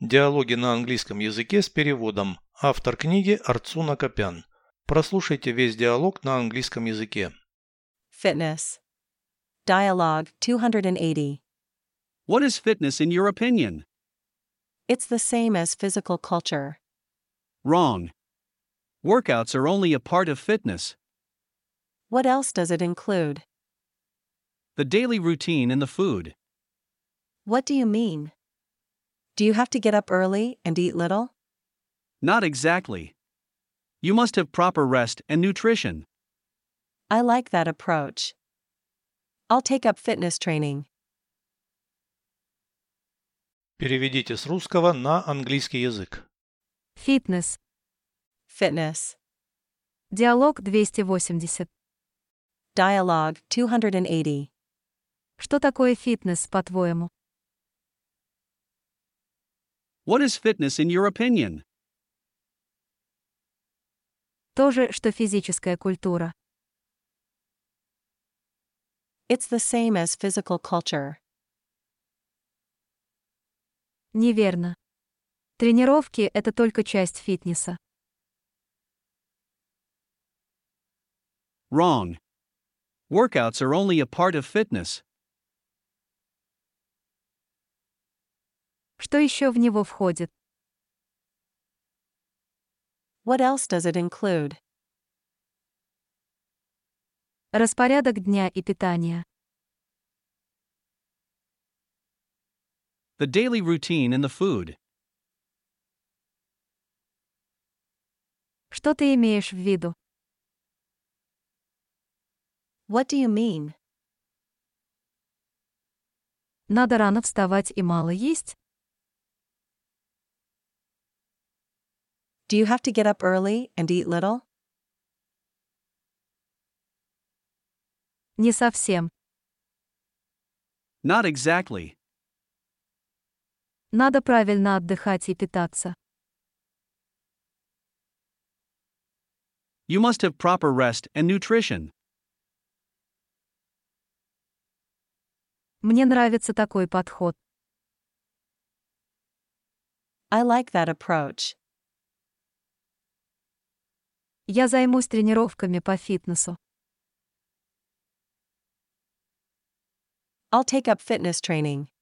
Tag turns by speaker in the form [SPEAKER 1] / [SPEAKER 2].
[SPEAKER 1] Диалоги на английском языке с переводом. Автор книги Арцуна Копян. Прослушайте весь диалог на английском языке.
[SPEAKER 2] Fitness. Dialogue 280.
[SPEAKER 3] What is fitness in your opinion?
[SPEAKER 2] It's the same as physical culture.
[SPEAKER 3] Wrong. Workouts are only a part of fitness.
[SPEAKER 2] What else does it include?
[SPEAKER 3] The daily routine and the food.
[SPEAKER 2] What do you mean? Do you have to get up early and eat little?
[SPEAKER 3] Not exactly. You must have proper rest and nutrition.
[SPEAKER 2] I like that approach. I'll take up fitness training.
[SPEAKER 1] Переведите с русского на английский язык.
[SPEAKER 4] Фитнес.
[SPEAKER 2] Fitness.
[SPEAKER 4] Диалог 280.
[SPEAKER 2] Dialogue 280.
[SPEAKER 4] Что такое фитнес, по-твоему?
[SPEAKER 3] What is fitness in your opinion?
[SPEAKER 4] То же, что физическая культура.
[SPEAKER 2] It's the same as physical culture.
[SPEAKER 4] Неверно. Тренировки – это только часть фитнеса.
[SPEAKER 3] Wrong. Workouts are only a part of fitness.
[SPEAKER 4] Что еще в него входит?
[SPEAKER 2] What else does it include?
[SPEAKER 4] Распорядок дня и питания.
[SPEAKER 3] The daily routine and the food.
[SPEAKER 4] Что ты имеешь в виду?
[SPEAKER 2] What do you mean?
[SPEAKER 4] Надо рано вставать и мало есть?
[SPEAKER 2] Do you have to get up early and eat little?
[SPEAKER 4] Не совсем.
[SPEAKER 3] Not exactly.
[SPEAKER 4] Надо правильно отдыхать и питаться.
[SPEAKER 3] You must have proper rest and nutrition.
[SPEAKER 4] Мне нравится такой подход.
[SPEAKER 2] I like that approach.
[SPEAKER 4] Я займусь тренировками по фитнесу.
[SPEAKER 2] I'll take up fitness training.